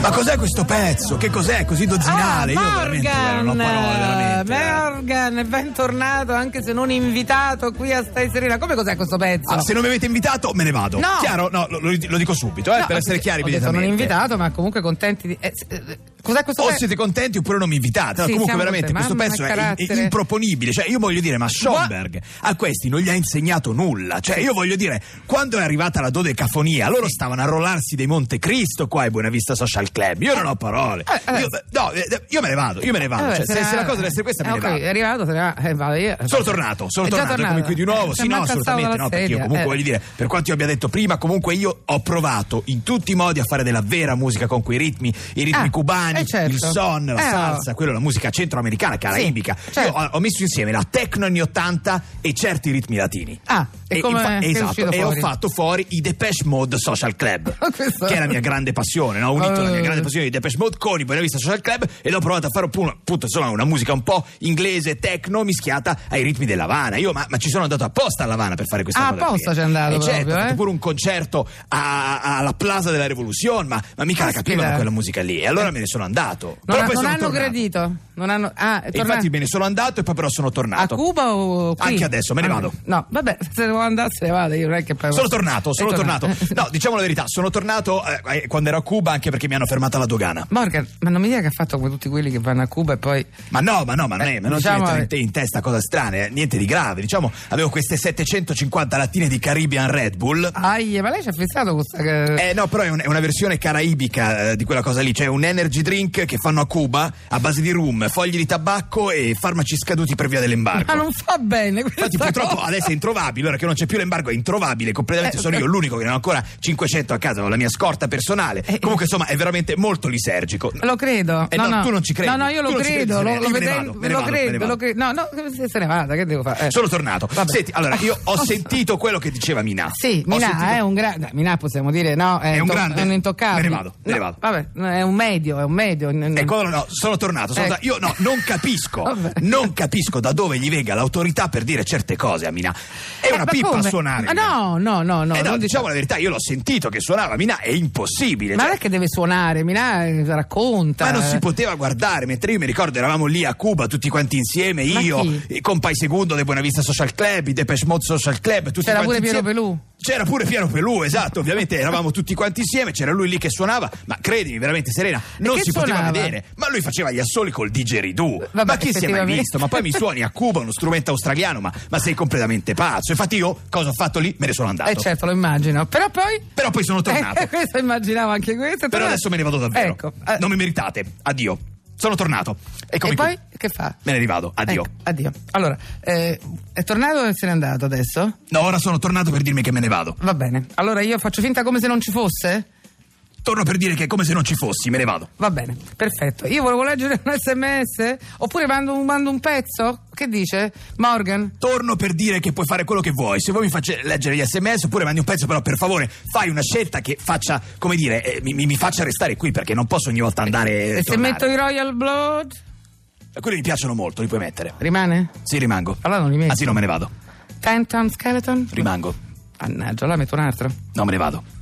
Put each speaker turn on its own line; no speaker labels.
Ma cos'è questo pezzo? Che cos'è? Così dozzinale?
Ah,
Io veramente non ho parole, veramente. eh.
Morgan, bentornato, anche se non invitato qui a Stai Serena. Come cos'è questo pezzo?
Ah, se non mi avete invitato, me ne vado.
No.
Chiaro? No, lo, lo- lo dico subito, eh,
No,
per essere chiari
ho detto non
immediatamente.
invitato, ma comunque contenti di... eh, s- eh, cos'è questo
O
pezzo?
siete contenti oppure non mi invitate. No,
Sì,
comunque,
siamo
veramente,
contenti.
questo
Mamma,
pezzo
ma
è, in- è
carattere.
improponibile. Cioè, io voglio dire, ma Schoenberg a questi non gli ha insegnato nulla. Cioè, io voglio dire, quando è arrivata la dodecafonia, loro stavano a rollarsi dei Monte Cristo qua ai Buenavista Social Club. Io non ho parole.
Eh, eh.
Io, no, eh, io me ne vado, io me ne vado.
Eh,
Cioè, se,
sarà-
se la cosa deve essere questa, me
Eh,
ne
ok,
vado.
è arrivato, se ne va, eh, vado io.
Sono tornato, sono
È già
tornato, eccomi qui di nuovo.
Eh,
Sì,
mi è
no,
mancato
assolutamente
la
no, perché io
sedia,
comunque
eh.
voglio dire, per quanto io abbia detto prima, comunque io ho provato in tutti i modi a fare della vera musica con quei ritmi, i ritmi
Ah,
cubani,
eh, certo.
il son, la
Eh, oh.
salsa, quella la musica centroamericana, caraibica.
certo.
Io ho, ho messo insieme la techno anni 80 e certi ritmi latini.
Ah, e come
infa-
sei
esatto,
uscito
e ho
fuori?
fatto fuori i Depeche Mode Social Club,
Questo-
che è la mia grande passione, no? ho unito la mia
Eh.
grande passione di Depeche Mode con i Buenavista Social Club e l'ho provata a fare appunto, appunto, insomma, una musica un po' inglese, techno, mischiata ai ritmi dell'Havana. Io ma, ma ci sono andato apposta all'Havana per fare questa
Ah,
cosa.
apposta
qui.
ci è andato
Eh, certo,
proprio,
ho fatto
eh?
pure un concerto a- a- alla Plaza della Revoluzione, ma, ma mica la
Caspita.
capivano quella musica lì. E allora me ne sono andato.
Non,
Però
ha-
poi
non
sono
hanno
tornato.
gradito. Non hanno... Ah, è
E
tornato.
infatti me ne sono andato e poi però sono
A
tornato.
Cuba o qui?
Anche adesso, me ne
Ah,
vado.
No, vabbè, se devo andare se ne vado, io non è che poi...
Sono tornato,
È
sono tornato. No, diciamo la verità, sono tornato eh, eh, quando ero a Cuba anche perché mi hanno fermata la dogana.
Morgan, ma non mi dica che ha fatto come tutti quelli che vanno a Cuba e poi...
Ma no, ma no, ma non, è,
Eh,
ma non
diciamo-
ti mettono in, te- in testa cose strane, eh, niente di grave. Diciamo, avevo queste 750 lattine di Caribbean Red Bull.
Aie, ma lei ci ha pensato questa... che-
Eh no, però è, un- è una versione caraibica eh, di quella cosa lì, cioè un energy drink che fanno a Cuba a base di rum, fogli di tabacco e farmaci scaduti per via dell'embargo.
Ma Ah, non fa bene questa
Infatti purtroppo
cosa.
adesso è introvabile, ora che non c'è più l'embargo è introvabile completamente,
Eh,
sono
eh.
io l'unico che non ho ancora 500 a casa, ho la mia scorta personale.
Eh,
Comunque insomma è veramente molto lisergico.
Lo credo.
Eh,
no,
no, tu non ci credi.
No, no, io
Tu
lo
non ci credi,
credo.
se ne-
Lo,
io
lo,
me ne
vede-
vado, me ne
lo
vado, me ne
credo,
vado.
lo credo. No, no, se- se ne vada, che devo fare? Eh.
Sono tornato.
Vabbè.
Senti, allora io ho sentito quello che diceva Mina.
Sì,
Ho
Minà
sentito-
è un grande. Minà possiamo dire, no? È,
È un
to-
grande.
È un
Me
intoccabile.
ne vado, me ne
No,
vado.
Vabbè, è un medio, è un medio. N- n-
Ecco, allora no, sono tornato. sono
Mm. Ecco.
tornato. Io no, non capisco,
Vabbè.
non capisco da dove gli venga l'autorità per dire certe cose a Mina. È
Eh,
una
ma
pippa
come?
suonare.
Ma
Mina.
no, no, no, no.
Eh no,
non
diciamo la verità, io l'ho sentito che suonava Mina, è impossibile.
Ma
cioè,
non è che deve suonare, Minà eh, racconta. eh.
ma non si poteva guardare, mentre io mi ricordo eravamo lì a Cuba tutti quanti insieme,
Ma
io,
chi?
eh, con Pai Segundo dei Buenavista Social Club, i Depeche Mode Social Club, tutti
C'era
quanti
pure Piero
insieme.
Pelù.
C'era pure Piero Pelù, esatto, ovviamente eravamo tutti quanti insieme, c'era lui lì che suonava, ma credimi, veramente Serena, non
che
si poteva
suonava?
vedere, ma lui faceva gli assoli col digeridoo,
Vabbè,
ma chi si è mai
effettivamente.
visto? Ma poi mi suoni a Cuba uno strumento australiano, ma, ma sei completamente pazzo, infatti io cosa ho fatto lì? Me ne sono andato.
Eh certo, lo immagino. Però poi.
Però poi sono tornato.
Eh, questo immaginavo anche questo.
Però
tornato.
adesso me ne vado davvero.
Ecco. eh,
Non mi meritate. Addio. Sono tornato. Eccomi
e poi
qui.
che fa?
Me ne rivado. Addio.
Ecco, addio. Allora, eh, è tornato e se n'è andato adesso?
No, ora sono tornato per dirmi che me ne vado.
Va bene. Allora io faccio finta come se non ci fosse?
Torno per dire che è come se non ci fossi, me ne vado.
Va bene, perfetto. Io volevo leggere un sms? Oppure mando un, mando un pezzo? Che dice? Morgan?
Torno per dire che puoi fare quello che vuoi. Se vuoi mi faccia leggere gli sms oppure mandi un pezzo, però per favore fai una scelta che faccia, come dire, eh, mi, mi- mi faccia restare qui perché non posso ogni volta andare.
E se metto i Royal Blood?
Quelli mi piacciono molto, li puoi mettere.
Rimane?
Sì, rimango.
Allora non li metto.
Ah sì, no, me ne vado.
Ten Town Skeleton?
Rimango.
Mannaggia, allora metto un altro.
No, me ne vado.